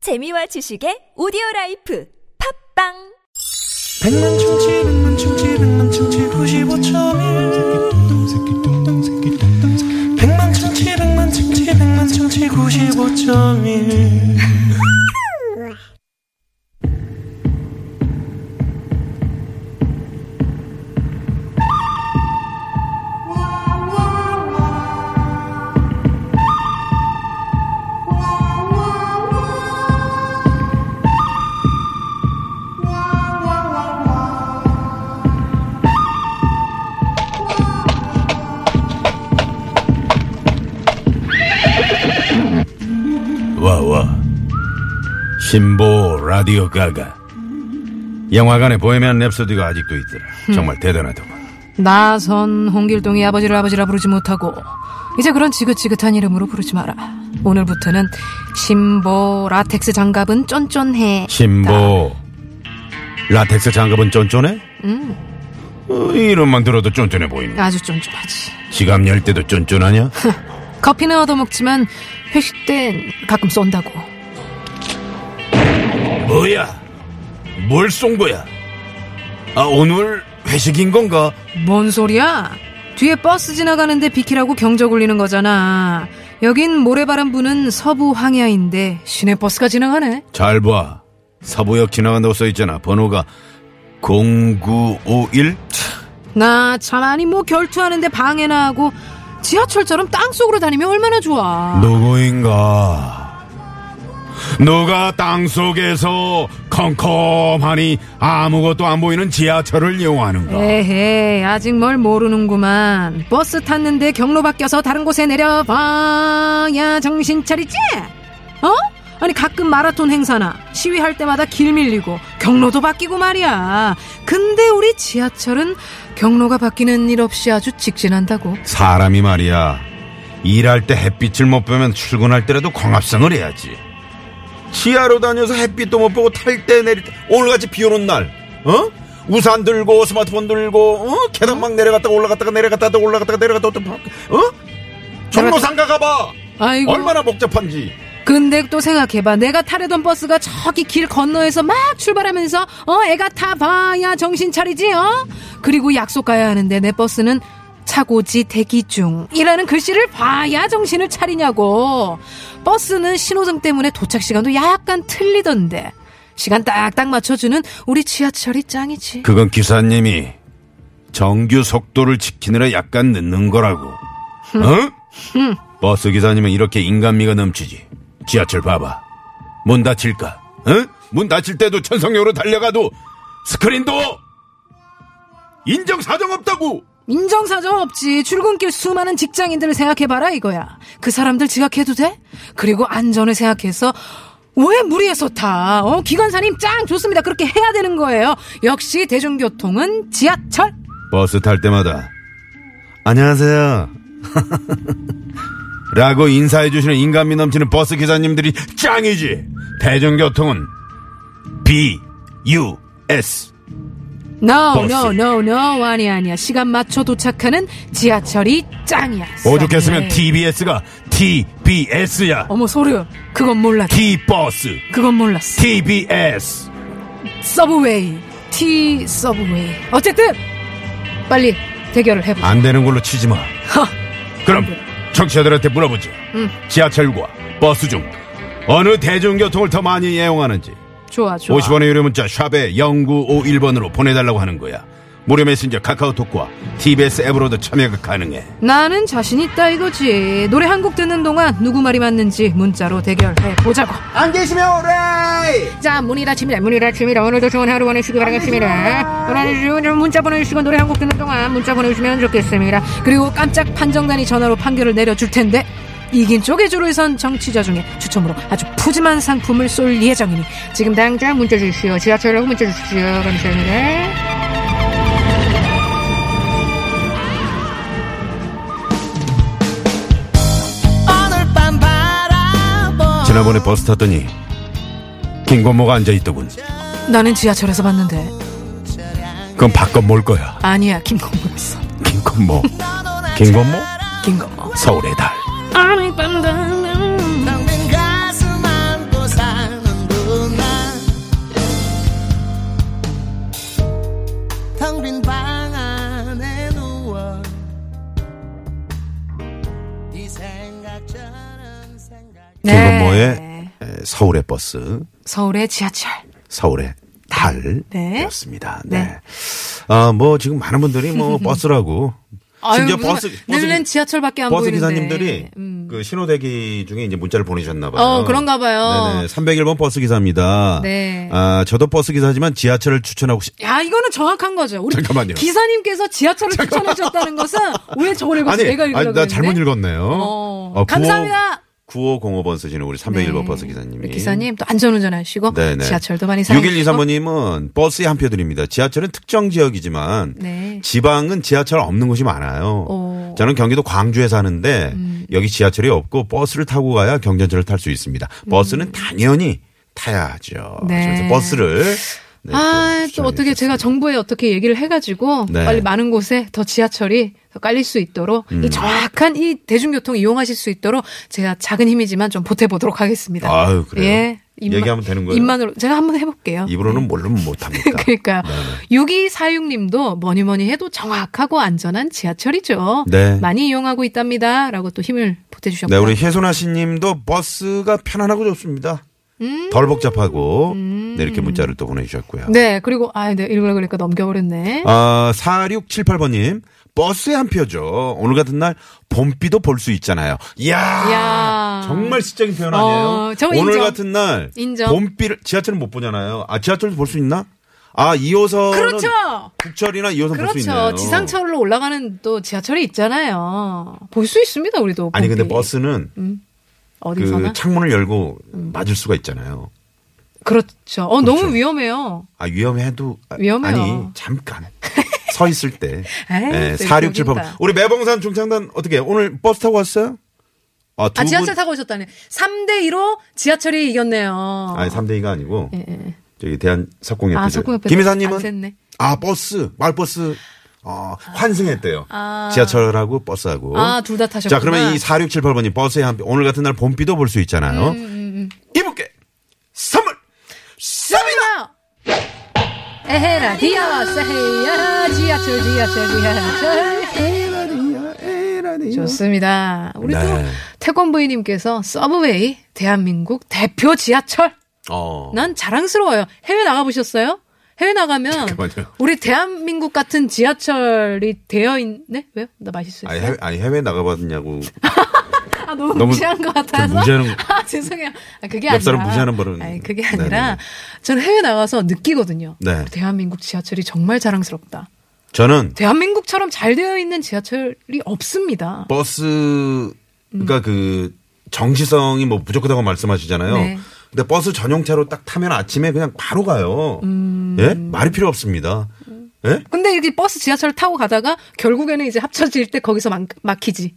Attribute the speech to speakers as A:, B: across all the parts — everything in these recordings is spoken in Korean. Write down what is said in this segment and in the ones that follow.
A: 재미와 지식의 오디오 라이프 팝빵
B: 백만 충치 백만 충치 백만 충치 구십오점일 백만 충치 백만 충치 백만 충치 구십오점일
C: 와와 신보 라디오 가가 영화관에 보헤미안 랩소디가 아직도 있더라 정말 대단하더군
D: 나선 홍길동이 아버지를 아버지라 부르지 못하고 이제 그런 지긋지긋한 이름으로 부르지 마라. 오늘부터는 신보 라텍스 장갑은 쫀쫀해.
C: 신보 라텍스 장갑은 쫀쫀해? 어, 이 이름만 들어도 쫀쫀해 보이네
D: 아주 쫀쫀하지.
C: 지갑 열 때도 쫀쫀하냐?
D: 커피는 얻어먹지만 회식 땐 가끔 쏜다고.
C: 뭐야 뭘 쏜 거야 아 오늘 회식인 건가?
D: 뭔 소리야? 뒤에 버스 지나가는데 비키라고 경적 울리는 거잖아. 여긴 모래바람 부는 서부 황야인데 시내버스가 지나가네.
C: 잘봐 사부역 지나간다고 써있잖아 번호가 0951?
D: 나 참 아니 뭐 결투하는데 방해나 하고 지하철처럼 땅속으로 다니면 얼마나 좋아.
C: 누구인가? 누가 땅 속에서 컴컴하니 아무것도 안 보이는 지하철을 이용하는가?
D: 네. 에헤 아직 뭘 모르는구만 버스 탔는데 경로 바뀌어서 다른 곳에 내려봐야 정신 차리지 어? 아니 가끔 마라톤 행사나 시위할 때마다 길 밀리고 경로도 바뀌고 말이야 근데 우리 지하철은 경로가 바뀌는 일 없이 아주 직진한다고
C: 사람이 말이야. 일할 때 햇빛을 못 보면 출근할 때라도 광합성을 해야지. 지하로 다녀서 햇빛도 못 보고 탈 때 내릴 때 오늘같이 비 오는 날 어? 우산 들고 스마트폰 들고 어? 계단 막 내려갔다가 올라갔다가 내려갔다가 올라갔다가 내려갔다가 또 바- 어? 종로상가 가봐
D: 아이고
C: 얼마나 복잡한지
D: 근데 또 생각해봐 내가 타려던 버스가 저기 길 건너에서 막 출발하면서 어 애가 타봐야 정신 차리지 어 그리고 약속 가야 하는데 내 버스는 차고지 대기 중이라는 글씨를 봐야 정신을 차리냐고 버스는 신호등 때문에 도착 시간도 약간 틀리던데 시간 딱딱 맞춰주는 우리 지하철이 짱이지
C: 그건 기사님이 정규 속도를 지키느라 약간 늦는 거라고. 응? 버스 기사님은 이렇게 인간미가 넘치지. 지하철 봐봐. 문 닫힐까? 응? 문 닫힐 때도 천성역으로 달려가도 스크린도 인정 사정 없다고.
D: 인정사정 없지. 출근길 수많은 직장인들을 생각해봐라, 이거야. 그 사람들 지각해도 돼? 그리고 안전을 생각해서, 왜 무리해서 타? 어, 기관사님 짱! 좋습니다. 그렇게 해야 되는 거예요. 역시 대중교통은 지하철!
C: 버스 탈 때마다 안녕하세요. 라고 인사해 주시는 인간미 넘치는 버스 기사님들이 짱이지. 대중교통은 B U S.
D: No,
C: 버스.
D: no, no, no. 아니, 아니야. 시간 맞춰 도착하는 지하철이 짱이야.
C: 오죽했으면
D: 쌍해.
C: TBS가 TBS야.
D: 어머, 소름. 그건 몰랐어.
C: T버스,
D: 그건 몰랐어.
C: TBS.
D: 서브웨이. T 서브웨이. 어쨌든! 빨리 대결을 해보자.
C: 안 되는 걸로 치지 마.
D: 하.
C: 그럼 청취자들한테 물어보지. 지하철과 버스 중 어느 대중교통을 더 많이 애용하는지.
D: 좋아, 좋아.
C: 50원의 유료 문자 샵에 0951번으로 보내달라고 하는 거야. 무료 메신저 카카오톡과 TBS 앱으로도 참여가 가능해.
D: 나는 자신 있다 이거지. 노래 한 곡 듣는 동안 누구 말이 맞는지 문자로 대결해 보자고.
E: 안 계시면 오래!
D: 자, 문이라 치미라, 문이라 치미라. 오늘도 좋은 하루 보내시기 바라겠습니다. 오늘 좋은 문자 보내주시고 노래 한 곡 듣는 동안 문자 보내주시면 좋겠습니다. 그리고 깜짝 판정단이 전화로 판결을 내려줄 텐데 이긴 쪽에 줄을 선 정치자 중에 추첨으로 아주 푸짐한 상품을 쏠 예정이니 지금 당장 문자 주십시오. 지하철로 문자 주십시오. 감사합니다.
C: 지난번에 버스 탔더니 김건모가 앉아있더군.
D: 나는 지하철에서 봤는데
C: 그건 바꿔 몰 거야.
D: 아니야 김건모였어.
C: 김건모. 김건모?
D: 김건모.
C: 서울의 달.
D: 아니 딴딴
F: 난 가슴 안고 사는
D: 네.
C: 서울의 버스,
D: 서울의 지하철.
C: 서울의
D: 네.
C: 달이었습니다. 네. 아, 뭐 지금 많은 분들이 뭐 버스라고 심지어
D: 무슨
C: 버스
D: 말- 늘는 지하철밖에 안
C: 버스
D: 보이는데.
C: 기사님들이
D: 음.
C: 그 신호대기 중에 이제 문자를 보내셨나 봐요.
D: 어, 그런가 봐요.
C: 네네. 301번 버스 기사입니다.
D: 네.
C: 아, 저도 버스 기사지만 지하철을 추천하고 싶
D: 야, 이거는 정확한 거죠. 우리
C: 잠깐만요.
D: 기사님께서 지하철을 추천하셨다는 것은 왜 저걸 읽었어?
C: 아니,
D: 내가 읽으려고
C: 아니, 나 잘못
D: 했네?
C: 읽었네요.
D: 어, 감사합니다.
C: 9505번 쓰시는 우리 301번
D: 네.
C: 버스 기사님이.
D: 기사님 또 안전운전 하시고
C: 네네.
D: 지하철도 많이 사용하시고
C: 6123번님은 버스에 한 표 드립니다. 지하철은 특정 지역이지만
D: 네.
C: 지방은 지하철 없는 곳이 많아요.
D: 오.
C: 저는 경기도 광주에 사는데
D: 음.
C: 여기 지하철이 없고 버스를 타고 가야 경전철을 탈 수 있습니다. 버스는 당연히 타야죠.
D: 음. 네.
C: 그래서 버스를 네, 또
D: 아, 또
C: 추천해
D: 어떻게 제가 정부에 어떻게 얘기를 해가지고
C: 네.
D: 빨리 많은 곳에 더 지하철이 더 깔릴 수 있도록
C: 음.
D: 이 정확한 이 대중교통 이용하실 수 있도록 제가 작은 힘이지만 좀 보태보도록 하겠습니다.
C: 아유, 그래요?
D: 예.
C: 얘기하면 되는 거예요?
D: 입만으로 제가 한번 해볼게요.
C: 입으로는 네, 뭘로는 못합니다.
D: 그러니까요. 6246님도 뭐니 뭐니 해도 정확하고 안전한 지하철이죠.
C: 네.
D: 많이 이용하고 있답니다. 라고 또 힘을 보태주셨고.
C: 네, 우리 혜선아 씨님도 버스가 편안하고 좋습니다.
D: 음.
C: 덜 복잡하고 네, 이렇게 문자를 또 보내주셨고요.
D: 네, 그리고, 아, 네, 읽으려고 그러니까 넘겨버렸네.
C: 아, 4678번님, 버스에 한 표죠. 오늘 같은 날 봄비도 볼 수 있잖아요. 이야,
D: 이야.
C: 정말 시적인 표현 아니에요?
D: 어, 저
C: 오늘
D: 인정.
C: 같은 날
D: 인정.
C: 봄비를 지하철은 못 보잖아요. 아, 지하철도 볼 수 있나? 아, 2호선
D: 그렇죠!
C: 국철이나 2호선 볼 수 있네요.
D: 그렇죠. 지상철로 올라가는 또 지하철이 있잖아요. 볼 수 있습니다, 우리도.
C: 아니 근데
D: 봄비. 음,
C: 버스는
D: 어디서나.
C: 그 창문을 열고
D: 음.
C: 맞을 수가 있잖아요.
D: 그렇죠. 어, 너무 위험해요.
C: 아, 위험해도 아,
D: 위험해요.
C: 아니, 잠깐. 서 있을 때.
D: 에이,
C: 네,
D: 또
C: 4678번.
D: 여긴다.
C: 우리 매봉산 중창단 어떻게 해요? 오늘 버스 타고 왔어요? 아, 두
D: 아, 지하철
C: 분-
D: 타고 오셨다네. 3대2로 지하철이 이겼네요.
C: 아니 3대2가 아니고
D: 예, 예.
C: 저기 대한 석공협회
D: 아, 석공협회 안
C: 김이사님은
D: 샜네.
C: 아 버스 마을버스 어, 환승했대요
D: 아.
C: 지하철하고 버스하고
D: 아, 둘다 타셨구나.
C: 자 그러면 이 4678번이 버스에 한 오늘 같은 날 봄비도 볼 수 있잖아요
D: 음,
C: 이분께 선물 쏩니다
D: 에헤 라디오 세헤야 지하철 지하철 지하철 좋습니다. 우리 또
C: 네.
D: 태권부인님께서 서브웨이 대한민국 대표 지하철
C: 어.
D: 난 자랑스러워요. 해외 나가보셨어요? 해외 나가면
C: 잠깐만요.
D: 우리 대한민국 같은 지하철이 되어 있네? 왜요? 나 맛있어요.
C: 아니, 해외, 아니 해외 나가봤냐고
D: 아, 너무,
C: 너무
D: 무시한 것 같아서.
C: 좀 무시하는-
D: 아, 죄송해요. 아, 그게 아니라.
C: 옆 사람 무시하는 버릇.
D: 아니, 그게
C: 네네네.
D: 아니라 저는 해외 나가서 느끼거든요.
C: 네.
D: 우리 대한민국 지하철이 정말 자랑스럽다.
C: 저는
D: 대한민국처럼 잘 되어 있는 지하철이 없습니다.
C: 버스 그러니까 그 정시성이 뭐 부족하다고 말씀하시잖아요.
D: 네.
C: 근데 버스 전용차로 딱 타면 아침에 그냥 바로 가요.
D: 음.
C: 예? 말이 필요 없습니다. 예?
D: 근데 이렇게 버스 지하철 타고 가다가 결국에는 이제 합쳐질 때 거기서 막, 막히지.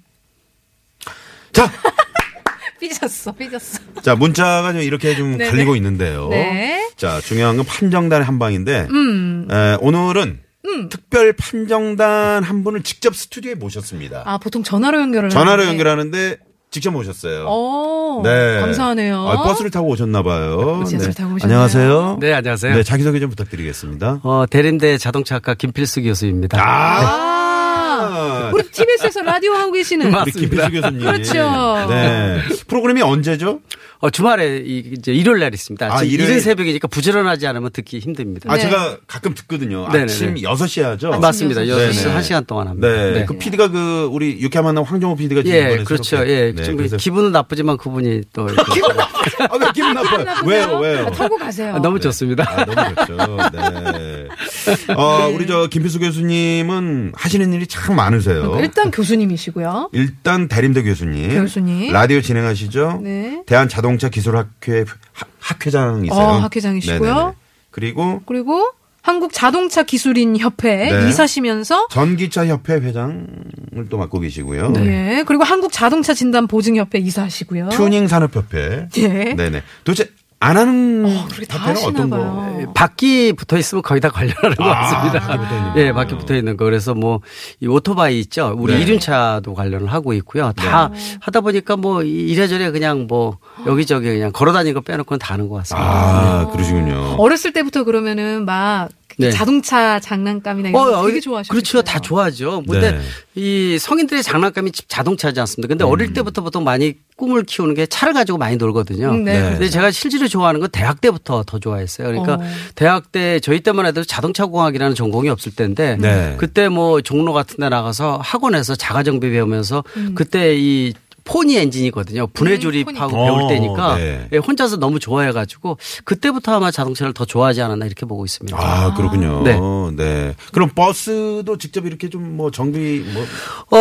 C: 자,
D: 삐졌어, 삐졌어.
C: 자 문자가 좀 이렇게 좀
D: 네네.
C: 갈리고 있는데요.
D: 네. 음.
C: 자 중요한 건 판정단의 한 방인데 에, 오늘은 특별 판정단 한 분을 직접 스튜디오에 모셨습니다.
D: 아, 보통 전화로 연결을.
C: 전화로
D: 하는데.
C: 연결하는데 직접 모셨어요.
D: 어,
C: 네.
D: 감사하네요.
C: 아, 버스를 타고 오셨나 봐요. 네.
D: 버스를 타고 오셨나요?
C: 안녕하세요.
F: 네, 안녕하세요.
C: 네, 자기소개 좀 부탁드리겠습니다.
F: 어, 대림대 자동차학과 김필수 교수입니다.
D: 아,
C: 아,
D: 우리 TBS에서 라디오 하고 계시는.
C: 우리 김필수 교수님.
D: 그렇죠.
C: 네. 프로그램이 언제죠?
F: 어, 주말에 이- 이제 일요일 날 있습니다.
C: 아,
F: 지금
C: 일요일?
F: 이른 새벽이니까 부지런하지 않으면 듣기 힘듭니다.
C: 아,
D: 네.
C: 제가 가끔 듣거든요.
F: 네네네.
C: 아침 6시 하죠?
F: 아, 맞습니다.
D: 여섯
C: 네네.
F: 6시 한시간 동안 합니다.
C: 네. 그 PD가 그 우리 육회 만난 황정호 PD가 지금
F: 예,
C: 이번에
F: 그렇죠.
C: 새롭게-
F: 예.
C: 네,
F: 좀
C: 그래서-
F: 기분은 나쁘지만 그분이 또 이렇게
C: 아, 왜 기분 나빠요? 왜요? 왜요?
D: 아, 타고 가세요.
F: 아, 너무 좋습니다.
C: 아, 너무 좋죠. 네. 어, 우리 저 김필수 교수님은 하시는 일이 참 많으세요.
D: 그러니까 일단 교수님이시고요.
C: 일단 대림대 교수님.
D: 교수님.
C: 라디오 진행하시죠.
D: 네.
C: 대한자동차기술학회 하- 학회장이세요.
D: 어, 학회장이시고요.
C: 네네네. 그리고
D: 그리고 한국 자동차 기술인 협회
C: 네.
D: 이사시면서
C: 전기차협회 회장을 또 맡고 계시고요.
D: 예. 그리고 한국 자동차 진단 보증 협회 이사시고요.
C: 네. 튜닝 산업협회.
D: 예.
C: 네네. 도대체 안 하는
D: 어, 그렇게 다
C: 협회는
D: 하시나
C: 어떤 거? 예.
D: 봐요.
F: 예, 바퀴 붙어 있으면 거의 다 관련하는 것 같습니다.
C: 아, 바퀴 붙어있는
F: 예,
C: 거예요.
F: 바퀴 붙어 있는 거. 그래서 뭐, 이 오토바이 있죠. 우리
C: 네.
F: 이륜차도 관련을 하고 있고요. 다 하다 보니까 뭐, 이- 이래저래 그냥 뭐, 여기저기 그냥 걸어 다니는 거 빼놓고는 다 하는 것 같습니다.
C: 아, 그러시군요.
D: 어렸을 때부터 그러면은 막
F: 네.
D: 자동차 장난감이나 이런
C: 어,
D: 거 되게 좋아하시죠.
F: 그렇죠. 다 좋아하죠. 근데
C: 네. 음.
F: 이 성인들의 장난감이 집- 자동차지 않습니까? 근데 어릴 때부터 보통 많이 꿈을 키우는 게 차를 가지고 많이 놀거든요.
D: 음, 네.
C: 네.
F: 근데 제가 실제로 좋아하는 건 대학 때부터 더 좋아했어요. 그러니까
D: 어.
F: 대학 때 저희 때만 해도 자동차공학이라는 전공이 없을 때인데
C: 네.
F: 그때 뭐 종로 같은 데 나가서 학원에서 자가정비 배우면서 그때 이 포니 엔진이거든요. 분해
D: 음,
F: 조립하고
C: 포니. 어,
F: 배울 때니까
C: 네.
F: 예, 혼자서 너무 좋아해가지고 그때부터 아마 자동차를 더 좋아하지 않았나 이렇게 보고 있습니다.
C: 아, 그렇군요.
F: 네.
C: 네. 그럼 버스도 직접 이렇게 좀 뭐 정비 뭐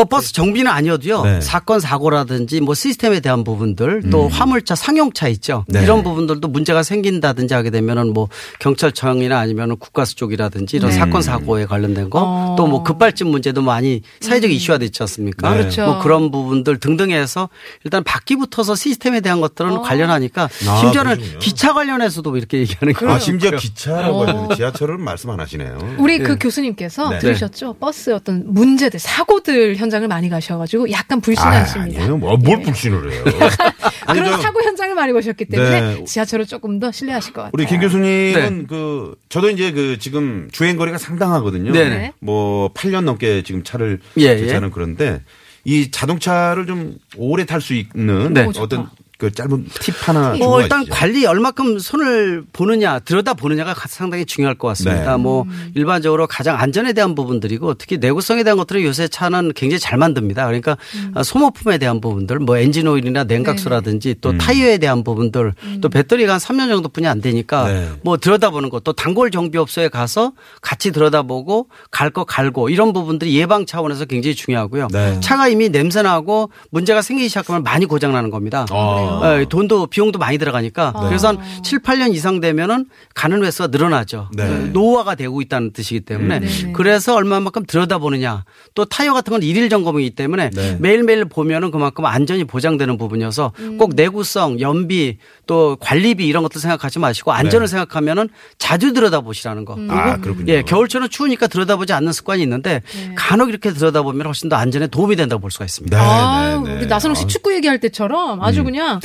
F: 어, 버스 정비는 아니어도요.
C: 네. 음.
F: 사건 사고라든지 뭐 시스템에 대한 부분들 또 화물차 상용차 있죠.
C: 네.
F: 이런 부분들도 문제가 생긴다든지 하게 되면은 뭐 경찰청이나 아니면은 국가수 쪽이라든지
C: 네.
F: 이런 사건 사고에 관련된 거 또
D: 어. 음.
F: 뭐 급발진 문제도 많이 사회적 이슈화 됐지 않습니까?
C: 네.
D: 그렇죠.
F: 뭐 그런 부분들 등등해서 일단 바퀴부터서 시스템에 대한
D: 어.
F: 것들은 관련하니까
C: 아,
F: 심지어는
C: 그러시군요.
F: 기차 관련해서도 뭐 이렇게 얘기하는 거예요.
C: 아, 심지어
F: 그렇죠.
C: 기차라고
D: 그렇죠. 어.
C: 하는데 지하철은 말씀 안 하시네요.
D: 우리 그 교수님께서
C: 네.
D: 들으셨죠? 버스 어떤 문제들, 사고들 현장을 많이 가셔가지고 약간 불신하십니다. 네.
C: 아니에요. 뭐, 뭘 불신을 해요. 아니,
D: 그런
C: 저-
D: 사고 현장을 많이 보셨기 때문에
C: 네.
D: 지하철을 조금 더 신뢰하실 것 같아요.
C: 우리 김
F: 네.
C: 교수님은 그 저도 이제 그 지금 주행 거리가 상당하거든요.
F: 네네.
C: 뭐 8년 넘게 지금 차를
F: 예,
C: 제 차는 그런데 이 자동차를 좀 오래 탈 수 있는
F: 네.
C: 어떤 그 짧은 팁 하나
D: 뭐
C: 주고
F: 어, 일단
C: 가시죠.
F: 관리 얼마큼 손을 보느냐 들여다 보느냐가 가- 상당히 중요할 것
C: 네.
F: 같습니다. 뭐 일반적으로 가장 안전에 대한 부분들이고 특히 내구성에 대한 것들은 요새 차는 굉장히 잘 만듭니다. 그러니까 아, 소모품에 대한 부분들, 뭐 엔진 오일이나 냉각수라든지 또
C: 음.
F: 타이어에 대한 부분들, 또 배터리가 한 3년 정도뿐이 안 되니까
C: 네.
F: 뭐 들여다보는 것도 단골 정비업소에 가서 같이 들여다보고 갈 거 갈고 이런 부분들이 예방 차원에서 굉장히 중요하고요.
C: 네.
F: 차가 이미 냄새나고 문제가 생기기 시작하면 많이 고장나는 겁니다.
C: 아.
F: 예, 돈도 비용도 많이 들어가니까
D: 아.
F: 그래서 한 7, 8년 이상 되면은 가는 횟수가 늘어나죠.
C: 네.
F: 예, 노화가 되고 있다는 뜻이기 때문에
D: 네네.
F: 그래서 얼마만큼 들여다보느냐 또 타이어 같은 건 일일 점검이기 때문에
C: 네.
F: 매일매일 보면은 그만큼 안전이 보장되는 부분이어서
D: 음.
F: 꼭 내구성, 연비 또 관리비 이런 것들 생각하지 마시고 안전을 생각하면은 자주 들여다보시라는 거.
D: 음.
C: 네.
F: 그리고
C: 아, 그렇군요.
F: 예, 겨울철은 추우니까 들여다보지 않는 습관이 있는데
D: 네.
F: 간혹 이렇게 들여다보면 훨씬 더 안전에 도움이 된다고 볼 수가 있습니다.
C: 네,
D: 아,
C: 네, 음. 네.
D: 우리 나선홍 씨 축구 얘기할 때처럼 아주 그냥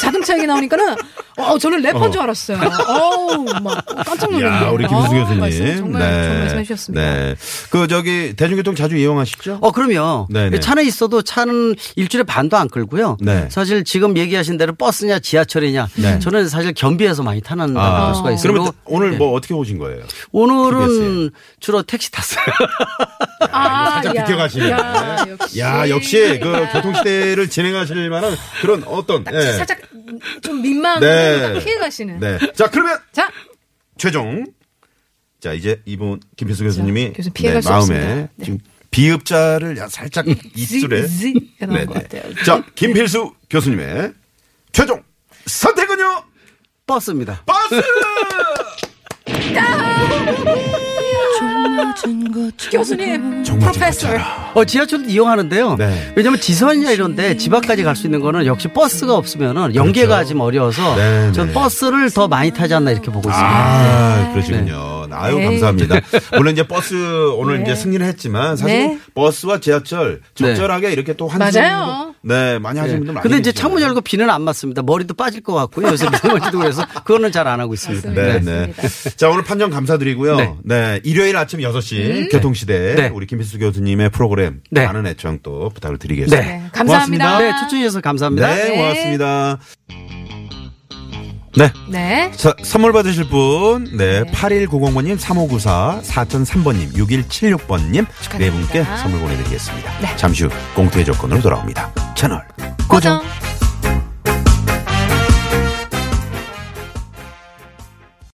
D: 자동차 얘기 나오니까는 어, 저는 래퍼인 줄 알았어요. 어우, 막 깜짝 놀랐네요.
C: 야, 우리 김수
D: 아,
C: 교수님.
D: 말씀 정말 좋은 말씀 해주셨습니다.
C: 네. 그 저기 대중교통 자주 이용하시죠?
F: 어, 그럼요.
C: 네네.
F: 차는 있어도 차는 일주일에 반도 안 끌고요.
C: 네.
F: 사실 지금 얘기하신 대로 버스냐 지하철이냐
C: 네.
F: 저는 사실 겸비해서 많이 타는 볼
C: 아.
F: 수가 있어요.
C: 그러면 오늘
D: 네.
C: 뭐 어떻게 오신 거예요?
F: 오늘은
C: TBS
F: 주로 택시 탔어요.
D: 아,
C: 살짝
D: 야,
C: 비켜가시네.
D: 야, 역시.
C: 야, 역시 그 교통시대를 진행하실 만한 그런 어떤 예.
D: 살짝 좀 민망한
C: 네.
D: 네. 피해 가시는.
C: 네. 자, 그러면
D: 자,
C: 최종 자 이제 이번 김필수 교수님이
D: 교수님 피해갈 수
C: 마음에
D: 없습니다. 네.
C: 지금 비읍자를 야- 살짝 입술에 네,
D: 지- 지- 해놓은 것 같아요.
C: 자 김필수 교수님의 최종 선택은요
F: 버스입니다.
C: 버스
D: 교수님,
C: 정말
D: 프로페서.
F: 어, 지하철도 이용하는데요.
C: 네.
F: 왜냐면 지선이나 이런데 집 앞까지 갈 수 있는 거는 역시 버스가 없으면은 연계가 좀 어려워서
C: 그렇죠. 네,
F: 전
C: 네.
F: 버스를 더 많이 타지 않나 이렇게 보고 있습니다. 네.
C: 아 그러시군요 아유
D: 네.
C: 감사합니다 물론 이제 버스 오늘 이제 승리를 했지만 사실
D: 네.
C: 버스와 지하철 적절하게 이렇게 또 환승
D: 맞아요.
C: 네 많이 하시는 분들 많이
F: 네. 근데 이제
C: 계시잖아요.
F: 창문 열고 비는 안 맞습니다. 머리도 빠질 것 같고요. 요새 미세먼지도 그래서 그거는 잘 안 하고 있습니다.
D: 맞습니다.
C: 네,
D: 네,
C: 네.
D: 맞습니다.
C: 자, 오늘 판정 감사드리고요. 네.
F: 네.
C: 일요일 아침 6시 교통시대
F: 네.
C: 우리 김필수 교수님의 프로그램
F: 네.
C: 많은 애청 또 부탁을 드리겠습니다.
F: 네.
D: 네, 감사합니다.
F: 네, 초청해 주셔서 감사합니다.
C: 네,
D: 네.
C: 고맙습니다. 네.
D: 네.
C: 자, 선물 받으실 분, 네, 8190번님, 3594, 4003번님, 6176번님, 네
D: 축하드립니다.
C: 분께 선물 보내드리겠습니다. 잠시 후 공투의 조건으로 돌아옵니다. 채널 고정.
D: 고정.